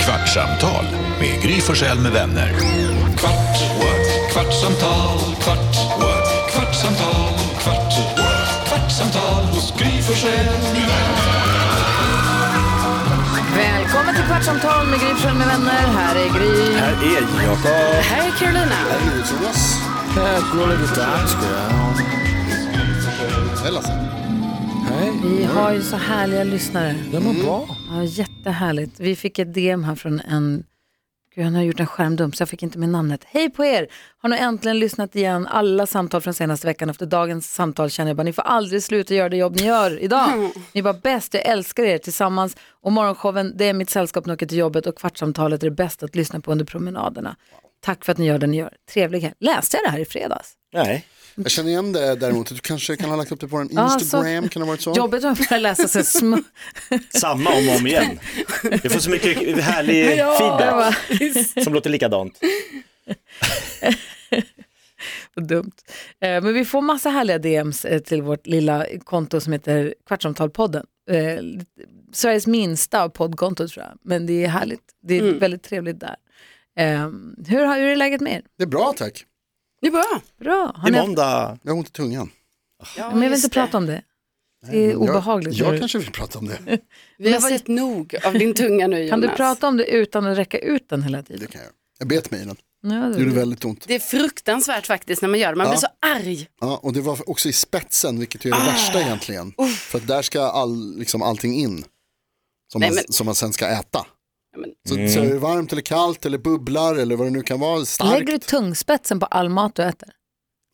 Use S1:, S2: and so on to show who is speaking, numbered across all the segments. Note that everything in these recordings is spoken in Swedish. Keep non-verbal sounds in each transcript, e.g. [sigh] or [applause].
S1: Kvartsamtal med Gry Forssell med vänner. Kvart, what? kvartsamtal, kvart, what? kvartsamtal, kvart, what? kvartsamtal hos Gry Forssell med vänner.
S2: Välkommen till Kvartsamtal med Gry Forssell med vänner. Här är Gry.
S3: Här är Jakob.
S2: Här är Carolina.
S4: alltså.
S2: Vi har ju så härliga lyssnare.
S3: Det mår bra.
S2: Ja, jättehärligt. Vi fick ett DM här från en, gud han har gjort en skärmdump så jag fick inte med namnet. Hej på er! Har nu äntligen lyssnat igen alla samtal från senaste veckan. Efter dagens samtal känner jag bara, ni får aldrig sluta göra det jobb ni gör idag. [laughs] Ni är bara bäst, jag älskar er tillsammans. Och morgonshowen, det är mitt sällskap när jag åker till jobbet och kvartssamtalet är det bästa att lyssna på under promenaderna. Tack för att ni gör det ni gör. Trevlig helg. Läste jag det här i fredags?
S3: Nej.
S4: Jag känner igen det däremot, du kanske kan ha lagt upp det på en
S2: Ja, så-
S4: Instagram, kan det ha varit så?
S2: Jobbet var bara att läsa
S4: [laughs]
S2: så små...
S3: Samma om och om igen. Vi får så mycket härlig feedback som låter likadant.
S2: Vad dumt. Eh, men vi får massa härliga DMs eh, till vårt lilla konto som heter Kvartsamtalpodden. Eh, lite- Sveriges minsta poddkonto tror jag, men det är härligt. Det är
S4: Mm.
S2: väldigt trevligt där. Eh, hur, har- hur är läget med er?
S4: Det är bra tack,
S5: Det är bra.
S2: Bra. Har
S3: Det är
S2: ni-
S3: måndag.
S4: jag har ont i tungan.
S2: men jag vill inte prata om det. Det är obehagligt.
S4: Jag, jag kanske vill prata om det,
S5: Vi har sett nog av din tunga nu
S2: [laughs]
S5: Jonas.
S2: Kan du prata om det utan att räcka ut den hela
S4: det
S2: tiden?
S4: kan jag. Jag bet mig i den,
S2: Ja,
S4: det gjorde väldigt ont.
S5: Det är fruktansvärt faktiskt när man gör det. Man blir så arg.
S4: Ja, och det var också i spetsen, vilket ju
S2: Ah!
S4: är det värsta egentligen. För att där ska all, liksom allting in, som,
S5: Nej,
S4: man,
S5: men-
S4: som man sen ska äta.
S5: men-
S4: Så, så är det varmt eller kallt eller bubblar eller vad det nu kan vara, starkt.
S2: Lägger du tungspetsen på all mat du äter?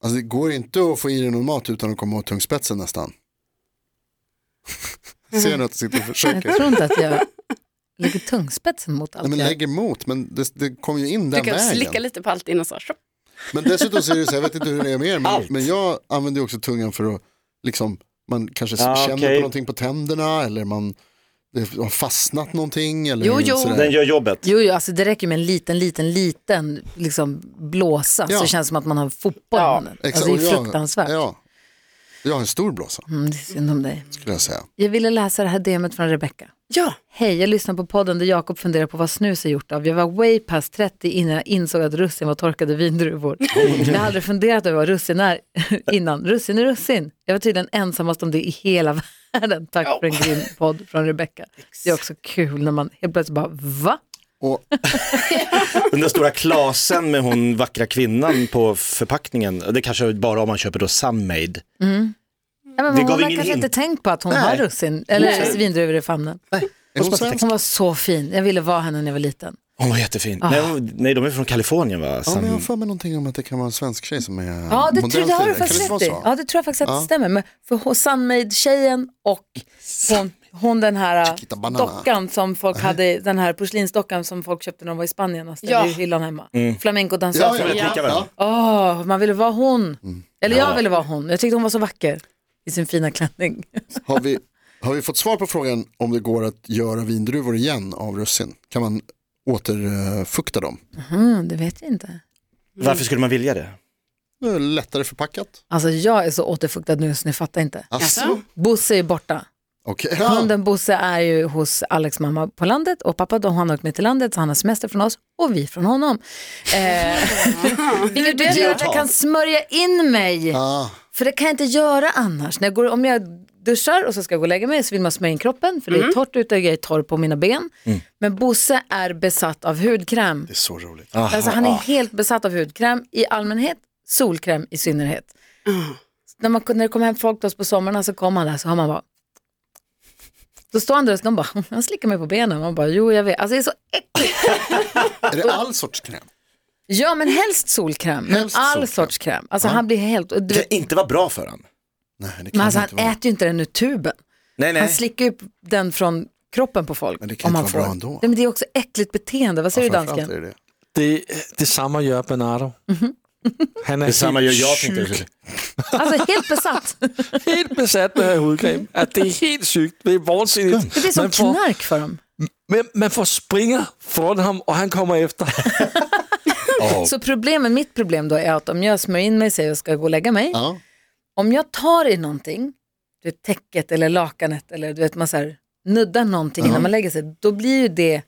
S4: Alltså, det går inte att få i dig någon mat utan att komma åt tungspetsen nästan. [laughs] Ser ni att jag sitter och försöker?
S2: Jag tror inte att
S4: [laughs]
S2: jag lägger tungspetsen mot allt
S4: Nej, men
S2: jag
S4: lägg emot, men det, det kommer ju in
S5: Du
S4: den
S5: kan slicka
S4: vägen.
S5: lite på allt innan så. Tjopp.
S4: Men dessutom så är det så, här, jag vet inte hur det är med er, men, men jag använder ju också tungan för att liksom, man kanske
S3: Ja,
S4: känner
S3: Ah, okej.
S4: på någonting på tänderna eller man det har fastnat någonting. Eller
S2: Jo, jo.
S4: sådär.
S3: Den gör jobbet.
S2: Jo, jo alltså det räcker med en liten, liten, liten liksom blåsa
S4: Ja.
S2: så känns det som att man har en fotboll i handen.
S4: Exakt,
S2: Alltså, det
S4: och
S2: är
S4: jag-
S2: fruktansvärt.
S4: Ja, jag har en stor blåsa
S2: Mm, det är synd om dig.
S4: skulle jag säga.
S2: Jag ville läsa det här DMet från Rebecca.
S5: Ja,
S2: Hej, jag lyssnar på podden där Jakob funderar på vad snus är gjort av. Jag var way past 30 innan jag insåg att russin var torkade vindruvor.
S4: [laughs]
S2: Jag har aldrig funderat över vad russin är [laughs] innan. Russin är russin. Jag var tydligen ensammast om det i hela världen. Tack för en grym podd från Rebecca. Det är också kul när man helt plötsligt bara, va? [laughs]
S4: Och
S3: Den där stora klasen med hon vackra kvinnan på förpackningen. Det kanske bara om man köper då Sunmade.
S2: Ja, men
S3: Det
S2: hon
S3: gav
S2: har
S3: ingen
S2: kanske
S3: hint.
S2: inte tänkt på att hon
S4: Nej.
S2: har russin eller
S5: Nej.
S2: vindruvor i famnen.
S4: är hon svensk?
S2: Hon var så fin. Jag ville vara henne när jag var liten.
S3: Hon var jättefin. Nej, hon- nej, de är från Kalifornien va?
S4: Ja, men jag har
S3: Sun-
S4: för mig någonting om att det kan vara en svensk tjej som är
S2: Ja, det,
S4: modell
S2: tror, det
S4: till
S2: har du
S4: Kan det
S2: faktiskt
S4: inte
S2: rätt
S4: vara
S2: i.
S4: så?
S2: Ja, det tror jag faktiskt att det stämmer. Men för hon- Sunmade-tjejen och hon, hon den här äh,
S4: Chiquita Banana.
S2: dockan som folk hade, den här porslinsdockan som folk köpte när de var i Spanien och ställde
S5: Ja.
S2: i hyllan hemma. Flamencodansösen.
S4: Ja,
S2: Åh,
S4: ja,
S3: Klicka
S4: ja.
S3: väl?
S4: Ja.
S2: man ville vara hon. Eller jag ville vara hon. Jag tyckte hon var så vacker i sin fina klänning.
S4: Har vi, har vi fått svar på frågan om det går att göra vindruvor igen av russin? Kan man återfukta dem?
S2: Mm, det vet jag inte.
S3: Varför skulle man vilja det?
S4: Det är lättare förpackat.
S2: Alltså jag är så återfuktad nu så ni fattar inte.
S3: Alltså?
S5: Jaså?
S2: Bosse är borta.
S4: Okej.
S2: Hunden Bosse är ju hos Alex mamma på landet och pappa då har han åkt med till landet så han har semester från oss och vi från honom. Eh, vilket betyder att jag kan smörja in mig.
S4: Ah,
S2: För det kan jag inte göra annars. När jag går, om jag duschar och så ska jag gå och lägga mig så vill man smörja in kroppen för det är torrt ute och jag är torr på mina ben. Men Bosse är besatt av hudkräm.
S4: det är så roligt.
S2: Alltså han är helt besatt av hudkräm i allmänhet, solkräm i synnerhet. När, man, när det kom hem folk till oss på sommaren så kom han där så har man bara då står han där och de bara, [laughs] han slickar mig på benen. Man bara, jo jag vet. Alltså det är så äckligt.
S4: Är det all sorts kräm?
S2: Ja men helst solkräm, men
S4: Helst
S2: all
S4: solkräm.
S2: sorts kräm. Alltså han blir helt, och du
S3: Det kan
S2: vet,
S3: inte vara bra för honom.
S4: Nej, det kan
S2: men alltså
S4: inte
S2: han
S4: vara.
S2: äter ju inte den ur tuben.
S3: Nej, nej.
S2: Han slickar ju den från kroppen på folk.
S4: Men det kan
S2: om han
S4: inte vara
S2: får.
S4: bra ändå.
S2: Nej, men det är också äckligt beteende. Vad säger du
S4: Framförallt
S2: dansken?
S4: är det det.
S6: Det, detsamma gör Bernardo. Han är
S3: Detsamma gör
S6: helt
S3: jag
S6: sjuk.
S3: tänkte jag.
S2: Alltså helt besatt.
S6: Helt besatt med det här hudcreme. Att det är helt sjukt. Det är
S4: [laughs]
S6: vansinnigt.
S2: Det blir som
S6: man, får,
S2: knark för dem.
S6: men man får springa från honom och han kommer efter.
S2: Så problemet, mitt problem då är att om jag smörjer in mig, säger jag ska gå och lägga mig.
S4: Ja.
S2: Om jag tar i någonting, du vet, täcket eller lakanet eller du vet man så här, nuddar någonting innan man lägger sig, då blir ju det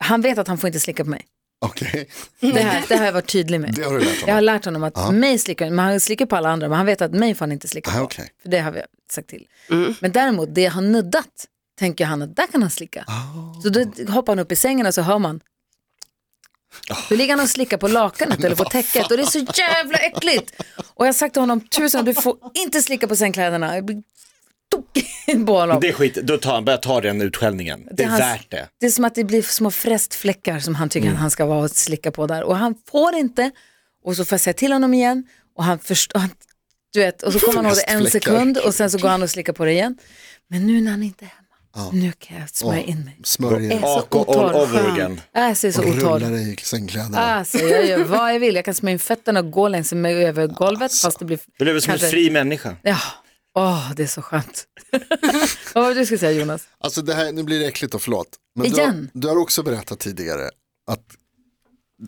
S2: han vet att han får inte slicka på mig. [laughs]
S4: Okej,
S2: Det, här, det har jag varit tydlig med.
S4: det har du lärt
S2: Jag har
S4: honom.
S2: lärt honom att mig slickar men han slickar på alla andra, men han vet att mig får han inte slicka på.
S4: Ah, okej.
S2: För det har vi sagt till. Men däremot, det han nuddat, tänker han att där kan han slicka.
S4: Ah.
S2: Så då hoppar han upp i sängen och så hör man.
S4: Ah.
S2: Då ligger han och slickar på lakanet eller på täcket och det är så jävla äckligt. Och jag har sagt till honom tusen du får inte slicka på sängkläderna. Jag blir tokig på honom.
S3: Det är skit, då tar, börjar ta den utskällningen. Det, är
S2: hans-
S3: värt det. Mm.
S2: Det är som att det blir små frästfläckar som han tycker att han ska vara och slicka på där. Och han får inte, och så får jag säga till honom igen. Och han förstår, han, du vet, och så kommer han ihåg det en
S4: Frästfläckar.
S2: sekund och sen så går han och slickar på det igen. Men nu när han inte är hemma, nu kan jag smörja in mig.
S4: Smörj in.
S2: så
S3: AK all
S2: otorr.
S3: over again.
S2: Alltså, jag är så
S4: Rullar
S2: otorr.
S4: dig i sängkläderna.
S2: Alltså, jag gör vad jag vill, jag kan smörja in fötterna och gå längs med över golvet
S3: Alltså.
S2: fast det blir...
S3: Du lever som
S2: kanske-
S3: en fri människa.
S2: Ja, åh det är så skönt. [laughs] vad var det du skulle säga Jonas?
S4: Alltså det här, nu blir det äckligt och förlåt. Men
S2: Igen?
S4: Du, har, du har också berättat tidigare att,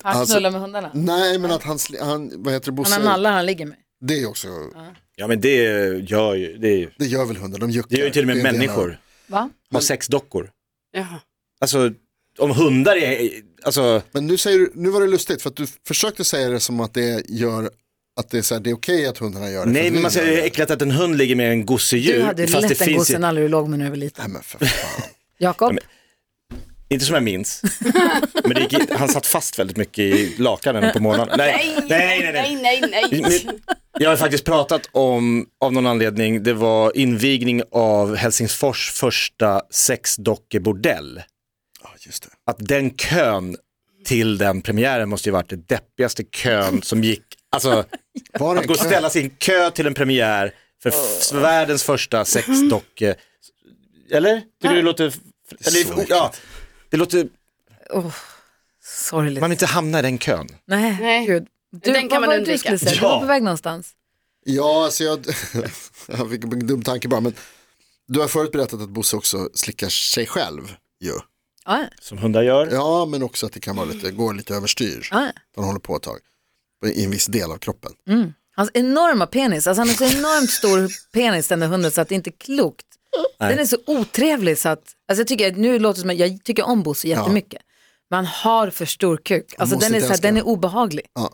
S2: Han
S4: Alltså-
S2: knullar med hundarna.
S3: Mm.
S4: nej men att han, sli- han vad heter det,
S2: Han har
S4: Bosse,
S2: nallar han ligger med.
S4: det är också,
S3: Ja men det gör ju, det, är-
S4: det gör väl hundar, de juckar.
S3: det gör ju till och med
S4: Det är en del av-
S3: människor.
S2: Va?
S3: Har sexdockor.
S5: Jaha.
S3: Alltså om hundar är, alltså
S4: Men nu, säger, du- nu var det lustigt för att du försökte säga det som att det gör att det är, så här, det är okej att hundarna gör det. för
S3: nej
S4: att
S3: men
S4: vi
S3: man säger
S4: gör
S3: det
S4: det.
S3: är äckligt att en hund ligger med en
S2: Du
S3: gosedjur.
S2: hade
S3: fast
S2: lätt
S3: det
S2: en
S3: finns
S2: gosse
S3: ju,
S2: när du låg med när du var liten.
S4: Nej men för fan. [laughs]
S2: Jakob,
S3: inte som
S2: [laughs]
S3: jag minns. men det gick, han satt fast väldigt mycket i lakanen på morgonen. Nej, nej, nej. nej.
S5: nej, nej.
S3: Men Jag har faktiskt pratat om, av någon anledning, det var invigning av Helsingfors första sexdockebordell.
S4: Ja just det.
S3: Att den kön till den premiären måste ju varit den deppigaste kön som gick, [laughs] alltså
S4: Var det
S3: att gå och
S4: en kö?
S3: ställa sin kö till en premiär för f- världens första sexdocke, eller? Tycker du det låter,
S4: så
S3: eller,
S4: äckligt.
S3: ja, det låter,
S2: sorgligt.
S3: man vill inte hamna i den kön.
S2: Nej,
S5: Nej.
S2: gud. Du,
S5: Den kan
S2: vad
S5: man
S2: var det du
S5: undvika.
S2: skulle säga? Du
S3: Ja.
S2: var på väg någonstans.
S4: Ja alltså jag, [laughs] jag fick en dum tanke bara men du har förut berättat att Bosse också slickar sig själv ju.
S2: Ja,
S3: Som hundar gör.
S4: Ja men också att det kan vara lite, går lite överstyr.
S2: ja.
S4: Den håller på ett tag. I en viss del av kroppen.
S2: Hans enorma penis, alltså han har så enormt stor penis den där hunden så att det inte är klokt. Den är så otrevlig så att, alltså jag tycker, nu låter det som att jag tycker om Bosse jättemycket. Men han har för stor kuk, alltså
S4: måste
S2: den är,
S4: inte
S2: så här,
S4: älska
S2: den är
S4: den.
S2: obehaglig.
S4: Ja.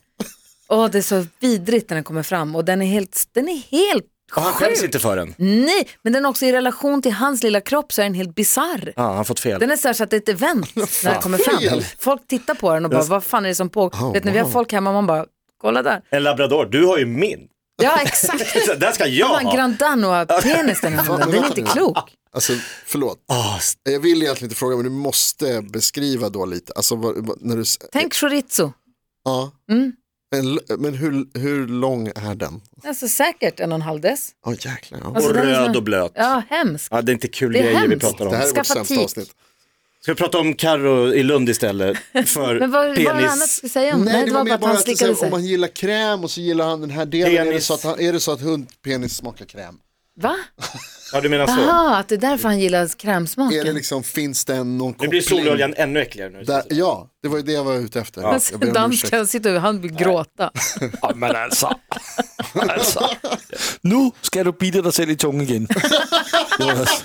S2: Åh, det är så vidrigt när den kommer fram och den är helt, den är helt
S3: Och han skäms
S2: sjuk.
S3: inte för den.
S2: Nej, men den är också i relation till hans lilla kropp så är den helt bizarr.
S3: Ja, han har fått fel.
S2: Den är så, här så att det är ett event när den kommer fram.
S4: Fel.
S2: Folk tittar på den och bara, vad fan är det som pågår?
S4: Oh,
S2: Vet ni, vi har
S4: wow.
S2: folk hemma och man bara, kolla där.
S3: En labrador, du har ju min. [laughs]
S2: [laughs] Ja, exakt.
S3: Så Den ska jag
S2: Han har en
S3: ha.
S2: Grand Danois-penis den här hunden, den är inte klok.
S4: Alltså förlåt,
S3: Ah, s-
S2: Alltså,
S4: jag vill egentligen inte fråga men du måste beskriva då lite. Alltså vad, vad, när du, s-
S2: Tänk chorizo,
S4: ja.
S2: Mm.
S4: Men, men hur, hur lång är den?
S2: alltså säkert en och en halv dess.
S4: Åh jäklar. Ja.
S2: Alltså,
S3: och
S2: den är
S3: röd
S2: så-
S3: och blöt.
S2: Ja, hemskt.
S3: Ja, det är inte kul
S2: Det är
S3: grejer vi
S2: hemskt.
S3: pratar om.
S4: Det här är vårt
S2: Skaffa tik.
S4: sämsta avsnitt.
S3: Ska vi prata om Carro i
S2: [laughs]
S3: Lund istället? För
S2: Men vad vad var det annat du
S3: penis.
S2: skulle säga om? Nej, det var bara att han
S4: att
S2: slickade
S4: säga, om
S2: sig.
S4: man gillar kräm och så gillar han den här delen. Är det,
S3: Penis.
S4: så att han, är det så att hundpenis smakar kräm?
S2: Va?
S3: Ja, du menar så.
S2: Jaha, att det är därför han gillar
S4: Är det
S2: [laughs] krämsmaken.
S4: liksom, finns det någon koppling?
S3: Nu blir sololjan ännu äckligare nu.
S4: Där, ja, det var ju det jag var ute efter.
S2: Men
S4: Jag ber om ursäkt.
S2: Dansken sitter och han vill [laughs] gråta.
S6: Ja, men alltså. alltså. Nu ska du bita dig själv i tungan igen. Jonas.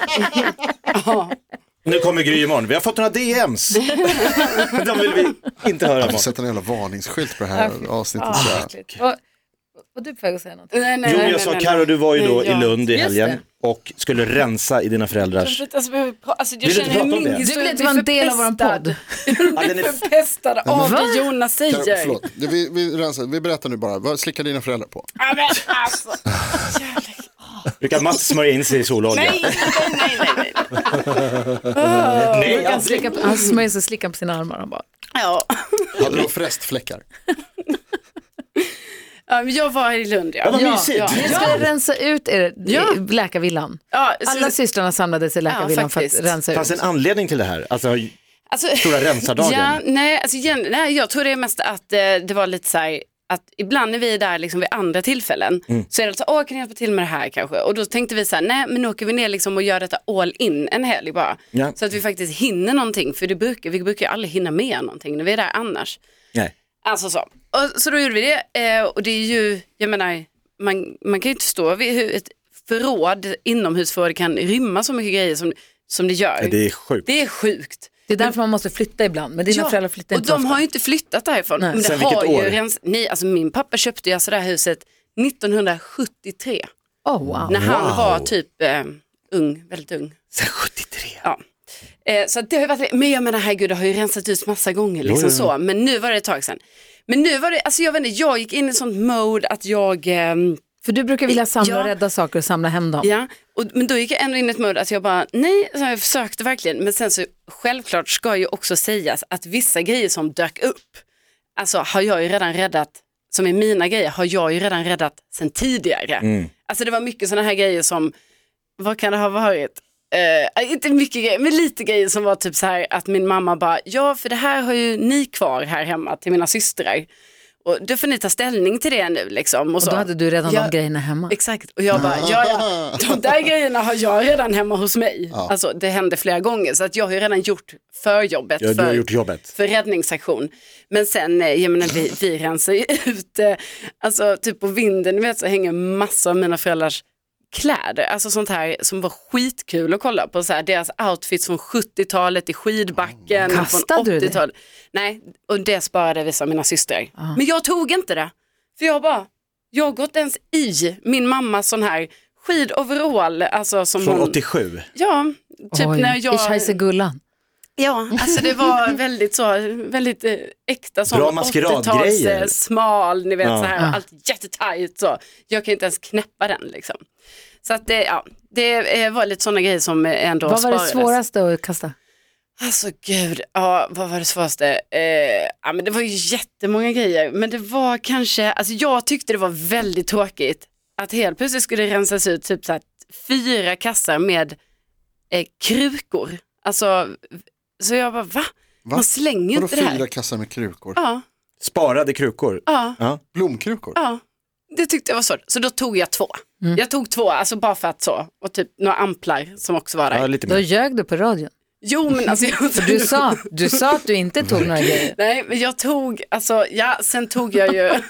S3: Nu kommer Gry imorgon. Vi har fått några
S5: [laughs]
S3: DMs. De vill vi inte höra
S4: Jag får
S3: om.
S4: sätta en jävla varningsskylt på det här avsnittet. så här.
S2: Vad vad du på väg att säga något?
S5: nej, nej,
S3: Jo,
S5: nej,
S3: men jag sa
S5: nej,
S3: Carro,
S5: nej.
S3: du var ju då
S5: Nej,
S3: i
S5: ja.
S3: Lund i
S2: Just
S3: helgen
S2: det.
S3: och skulle rensa i dina
S5: [laughs]
S3: föräldrars.
S5: Alltså, vi- alltså, jag
S3: Vill du inte
S5: känner
S3: prata om
S5: min
S3: det?
S5: historia
S2: Du vill inte
S5: blir
S2: vara en del av vår
S5: förpestad.
S2: podd.
S3: Ja, den är...
S5: Förpestad av
S2: Va?
S5: det Jonas
S4: Karo,
S5: säger.
S4: Förlåt, Det- vi, vi, rensar, vi berättar nu bara, vad slickar dina föräldrar på?
S5: Ja, men alltså.
S3: Brukar Mats smörja in sig i sololja?
S5: Nej, nej, nej, nej.
S3: Nej,
S2: Han,
S3: aldrig.
S2: slickar på, han smörjer sig och slickar på sina armar. Han bara,
S5: Ja.
S4: Hade de frästfläckar?
S5: [laughs] Ja, men Jag var i Lund,
S3: Ja,
S5: ja.
S3: vad
S2: Ja,
S3: mysigt.
S5: ja.
S2: Ni skulle rensa ut er
S5: Ja.
S2: läkarvillan.
S5: ja så-
S2: Alla systrarna samlades i läkarvillan
S5: Ja,
S2: för att
S5: faktiskt.
S2: rensa
S3: Fanns
S2: ut.
S3: en anledning till det här? Alltså,
S5: alltså,
S3: stora rensardagen?
S5: Ja, nej, alltså, igen, nej, jag tror det är mest att eh, det var lite så här att ibland när vi är där liksom vid andra tillfällen
S3: Mm.
S5: så är det alltså, åh kan jag hjälpa till med det här kanske? Och då tänkte vi så här, nej men nu åker vi ner liksom och gör detta all in en helg bara.
S3: Ja.
S5: Så att vi faktiskt hinner någonting, för det brukar, vi brukar ju aldrig hinna med någonting när vi är där annars.
S3: Nej.
S5: Alltså så. Och, så då gjorde vi det eh, och det är ju, jag menar, man, man kan ju inte stå vid hur ett förråd, inomhusförråd kan rymma så mycket grejer som, som det gör.
S3: Nej, Det är sjukt.
S5: Det är sjukt.
S2: Det är därför man måste flytta ibland, men dina föräldrar flyttar
S5: och
S2: inte så
S5: de
S2: ofta.
S5: har ju inte flyttat därifrån.
S2: Nej.
S5: Men det
S3: Sen
S5: har
S3: vilket år?
S5: Ju rens... Nej, alltså min pappa köpte ju alltså det här huset 1973.
S2: Åh, wow.
S5: När han var typ eh, ung, väldigt ung.
S3: Sen 73.
S5: Ja. Eh, så att det har ju varit, men jag menar herregud, det har ju rensat ut massa gånger liksom så. Men nu var det ett tag sedan. Men nu var det, alltså jag vet inte, jag gick in i ett sånt mode att jag ehm,
S2: För du brukar vilja samla
S5: Ja.
S2: och rädda saker och samla hem dem.
S5: Ja, och, men då gick jag ändå in i ett mode att jag bara, nej, så jag försökte verkligen. Men sen så självklart ska ju också sägas att vissa grejer som dök upp, alltså har jag ju redan räddat, som är mina grejer, har jag ju redan räddat sen tidigare.
S2: Mm.
S5: Alltså det var mycket sådana här grejer som, vad kan det ha varit? Eh, inte mycket grejer, men lite grejer som var typ så här att min mamma bara, ja för det här har ju ni kvar här hemma till mina systrar. Och då får ni ta ställning till det nu liksom. Och,
S2: Och
S5: så.
S2: då hade du redan
S5: Ja.
S2: de grejerna hemma.
S5: Exakt, och jag bara, ja, ja, de där grejerna har jag redan hemma hos mig. Alltså det hände flera gånger, så att jag har ju redan gjort förjobbet
S3: Ja, du har
S5: för,
S3: gjort jobbet.
S5: för räddningsaktion. Men sen, eh, jag menar, vi, vi rensar ju [laughs] ut, eh, alltså typ på vinden, ni vet så hänger massor av mina föräldrars kläder, alltså sånt här som var skitkul att kolla på, så här, deras outfits från 70-talet i skidbacken,
S2: Kastade du
S5: från
S2: det?
S5: 80-talet. Nej, och det sparade vissa av mina systrar. Men jag tog inte det, för jag bara, jag har gått ens i min mammas sån här skidoverall, alltså som
S3: Från
S5: hon,
S3: 87.
S5: ja, typ
S2: Oj.
S5: när jag...
S2: I Scheisegullan.
S5: Ja, alltså
S2: [laughs]
S5: det var väldigt så, väldigt eh, äkta sån
S3: Bra maskeradgrejer.
S5: 80-tals, eh, smal, ni vet
S3: Ja.
S5: så här, allt jättetajt så. Jag kan ju inte ens knäppa den liksom. Så att det, ja, det eh, var lite sådana grejer som eh, ändå
S2: Vad var det
S5: sparades.
S2: svåraste att kasta?
S5: Alltså gud, ja, vad var det svåraste? Eh, ja, men det var ju jättemånga grejer, men det var kanske, alltså jag tyckte det var väldigt tråkigt att helt plötsligt skulle det rensas ut typ så här, fyra kassar med eh, krukor. Alltså, så jag bara va?
S4: Va?
S5: Man slänger ju
S4: Vadå
S5: inte det
S4: fyra
S5: här.
S4: kassar med krukor?
S5: Ja,
S3: Sparade krukor.
S5: ja,
S4: Blomkrukor?
S5: ja. Det tyckte jag var svårt, så då tog jag två.
S2: Mm.
S5: Jag tog två, alltså bara för att så, och typ några amplar som också var där.
S3: Ja, lite
S2: Då
S3: mer.
S2: ljög du på radion.
S5: Jo men alltså jag...
S2: För du sa, du sa att du inte tog några grejer.
S5: Nej, men jag tog, alltså ja, sen tog jag
S3: [laughs]
S5: ju... det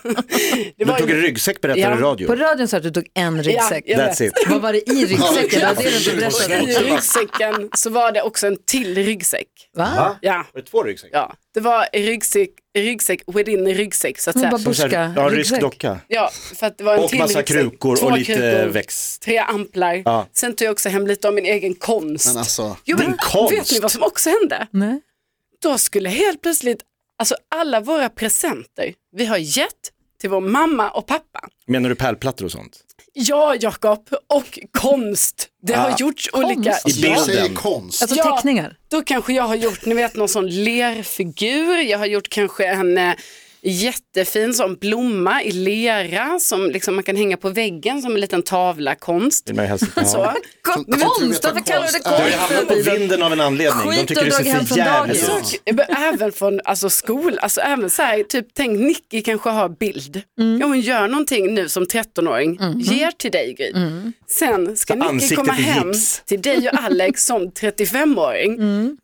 S3: Du
S5: var
S3: tog en
S5: ju
S3: ryggsäck berättade
S5: Ja,
S3: du i radio.
S2: På radion sa du att du tog en ryggsäck.
S5: Ja,
S3: That's it.
S2: Vad var det i ryggsäcken? Ja, det är det du inte
S5: och
S2: berättade.
S5: i ryggsäcken så var det också en till ryggsäck.
S2: Va?
S5: Ja,
S3: Var det två ryggsäckar?
S5: ja. det var ryggsäck, ryggsäck within ryggsäck så att
S2: Hon
S5: säga.
S2: bara buska,
S3: Ja, rysk
S2: ryggsäck.
S3: docka.
S5: Ja, för att det var en
S3: Och
S5: till
S3: massa
S5: ryggsäck,
S3: krukor
S5: två
S3: och lite
S5: krukor,
S3: växt.
S5: Tre amplar.
S3: Ja.
S5: Sen tog jag också hem lite av min egen konst.
S4: Men alltså,
S5: jo, men
S3: Din konst?
S5: Vet ni vad som också hände?
S2: Nej.
S5: då skulle helt plötsligt, alltså alla våra presenter vi har gett till vår mamma och pappa.
S3: Menar du pärlplattor och sånt?
S5: Ja, Jakob, och konst. Det har gjorts olika.
S2: Konst?
S3: I
S4: jag
S3: bilden.
S4: säger konst.
S2: Alltså
S5: Ja.
S2: teckningar.
S5: Då kanske jag har gjort, ni vet någon sån lerfigur. Jag har gjort kanske en eh, jättefin sån blomma i lera som liksom man kan hänga på väggen som en liten tavla, konst.
S3: Det är mig helst inte.
S5: Så.
S2: Konst, varför kallar du det
S4: Du har ju
S3: Jag hamnar på
S2: konst?
S3: vinden av en anledning.
S2: Skit
S3: De tycker
S2: och
S3: det
S2: dragit hem
S3: ser för
S2: från
S3: jävligt
S2: dagis.
S3: ut.
S5: Sak- men även från alltså, skol, alltså även så här, typ tänk Nicky kanske har bild.
S3: Mm.
S5: Ja, hon gör någonting nu som 13-åring, ger till dig Gry. Sen ska
S3: Mm. Så
S5: Nicky
S3: ansiktet
S5: komma
S3: i
S5: hem
S3: gips. Mm.
S5: till dig och
S3: [laughs]
S5: Alex som 35-åring.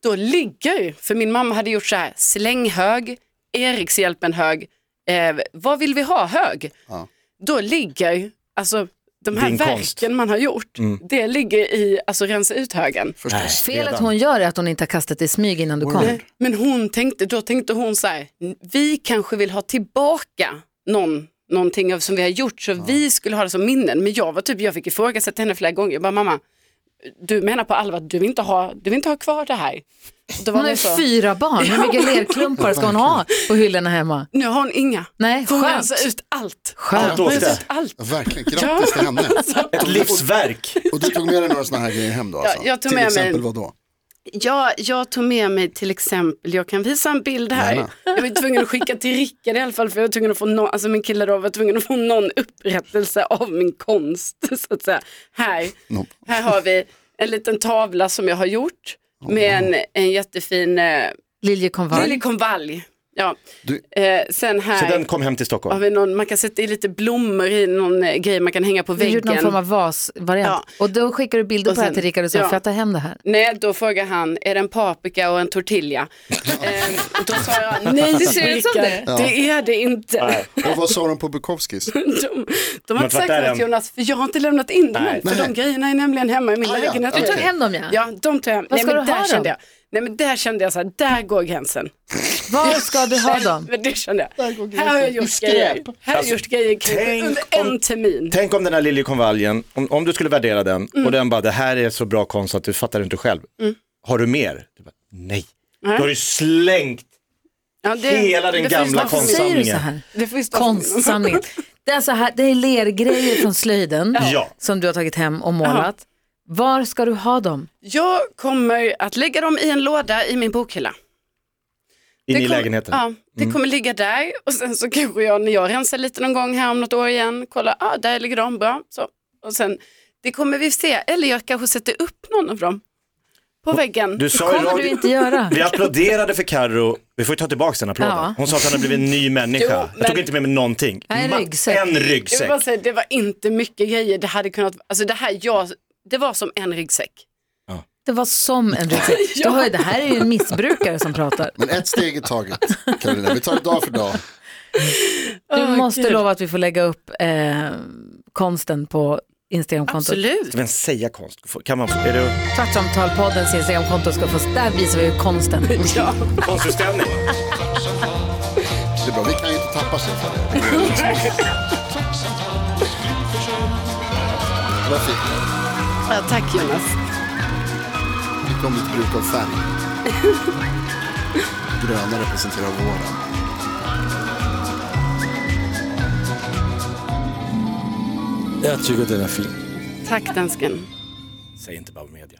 S5: Då ligger, för min mamma hade gjort så här, slänghög, Erikshjälpen-hög, eh, vad vill vi ha-hög. Då ligger, alltså de här
S3: Din
S5: verken
S3: konst. Mm.
S5: man har gjort, det ligger i alltså, rensa ut-högen.
S4: Förstås.
S2: Felet hon gör är att hon inte har kastat i smyg innan du kom.
S5: Nej, Men hon tänkte, då tänkte hon så här, vi kanske vill ha tillbaka någon, någonting av som vi har gjort så vi skulle ha det som minnen. Men jag var typ, jag fick ifrågasätta henne flera gånger, jag bara mamma, du menar på allvar att du vill inte ha, du vill inte ha kvar det här? Och då
S2: Hon
S5: var hon
S2: har ju
S5: så,
S2: fyra barn, hur
S5: [laughs]
S2: mycket lerklumpar ska hon ha på hyllorna hemma?
S5: nu har hon inga.
S2: Nej,
S5: Hon
S2: skönt.
S5: rensar ut allt.
S3: Allt
S2: Skönt.
S5: Hon rensar
S3: åkte.
S5: ut allt.
S4: Ja, Verkligen, grattis till
S5: [laughs]
S4: henne.
S5: Alltså,
S3: Ett livsverk.
S4: Och du tog med dig några sådana här grejer hem då? Alltså.
S5: jag tog
S4: till
S5: med mig-
S4: exempel vad då?
S5: Jag, jag tog med mig till exempel, jag kan visa en bild här.
S4: Gärna.
S5: Jag var ju tvungen att skicka till Rickard i alla fall för jag var tvungen att få någon, alltså min kille då var tvungen att få någon upprättelse av min konst. [laughs] Så att säga. Här,
S4: Nope.
S5: här har vi en liten tavla som jag har gjort med en, en jättefin eh,
S2: Liljekonvalj.
S5: liljekonvalj. Ja.
S4: Du-
S5: Eh, sen
S3: Så
S5: här
S3: den kom hem till
S5: har
S3: Stockholm.
S5: vi någon, man kan sätta i lite blommor i någon eh, grej man kan hänga på
S2: Du har gjort någon form
S5: väggen.
S2: av vasvariant. Och då skickar du bilder
S5: Och
S2: på det här
S5: sen-
S2: till Rickard och sa,
S5: ja.
S2: får jag ta hem det här?
S5: Nej, då frågar han, är det en paprika och
S3: [laughs]
S5: en tortilla? eh, då sa jag, nej det ser ut som det. Det är det inte.
S4: Och vad sa de på Bukowskis?
S5: [laughs] De, de har
S3: Men
S5: inte
S3: vart
S5: sagt
S3: är
S5: något
S3: den?
S5: Jonas, för jag har inte lämnat in dem
S3: Nej.
S5: än, För de grejerna är nämligen hemma i min
S4: Ah, ja.
S5: lägenhet.
S4: Du
S2: Du
S4: tog
S2: tog
S4: Okej.
S2: hem dem ja.
S5: Ja, de tar jag hem.
S2: Vad ska
S5: men
S2: du
S5: där
S2: ha
S5: kände
S2: dem?
S5: jag. Nej men där kände jag så här, där går gränsen.
S2: Var ska du ha dem?
S5: Men det kände jag. Här har jag gjort grejer. Här har jag gjort grejer kring-
S3: Alltså, tänk
S5: under
S3: om-
S5: en termin.
S3: Tänk om den här liljekonvaljen, om, om du skulle värdera den och den bara, det här är så bra konst att du fattar inte själv. Har du mer? Du bara, Nej. Då har du slängt
S5: Ja, det-
S3: hela den
S5: det finns
S3: gamla
S5: något som-
S3: konsten.
S2: Säger du så
S3: Konstsamlingen.
S2: här?
S5: Det finns något som-
S2: Konstsamlingen. Det är, så här, det är lergrejer från slöjden
S3: Ja.
S2: som du har tagit hem och målat. Var ska du ha dem?
S5: Jag kommer att lägga dem i en låda i min bokhylla.
S3: in
S5: Det
S3: i
S5: kommer-
S3: lägenheten. Mm.
S5: Ja, det kommer ligga där och sen så kanske jag när jag rensar lite någon gång här om något år igen, kolla, ah, där ligger de, bra. Så. Och sen, det kommer vi se, eller jag kanske sätter upp någon av dem på väggen.
S3: Du sa i
S2: kommer du
S3: radio,
S2: inte göra.
S3: vi applåderade för Carro, vi får ta tillbaka den applåden.
S2: Ja.
S3: Hon sa att hon hade blivit en ny människa.
S5: Jo,
S3: Jag tog
S5: men-
S3: inte med mig någonting.
S2: Nej, en
S3: Ma-
S2: ryggsäck.
S3: En
S5: jag vill
S3: ryggsäck.
S5: bara säga, det var inte mycket grejer, det hade kunnat, alltså det här, jag, det var som en ryggsäck.
S2: Det var som en
S5: [laughs]
S2: ryggsäck. Du hör ju, det här är ju en missbrukare som pratar.
S4: Men ett steg i taget, Karolina. Vi tar det dag för dag.
S2: Du måste
S5: gud.
S2: lova att vi får lägga upp eh, konsten på Instagramkontot.
S5: Absolut.
S3: Ska man säga konst? Får- Kan man, är det
S2: Kvartsamtalpoddens Instagramkonto ska få, där visar vi ju konsten.
S5: Ja.
S3: konstutställning?
S4: Det är bra. Vi kan ju inte tappa sig för det. Det var fint.
S5: Ja, tack Jonas.
S4: Det kom lite bruk av färg. Gröna representerar våren.
S6: Jag tycker den är fin.
S5: Tack dansken.
S3: Säg inte bara media.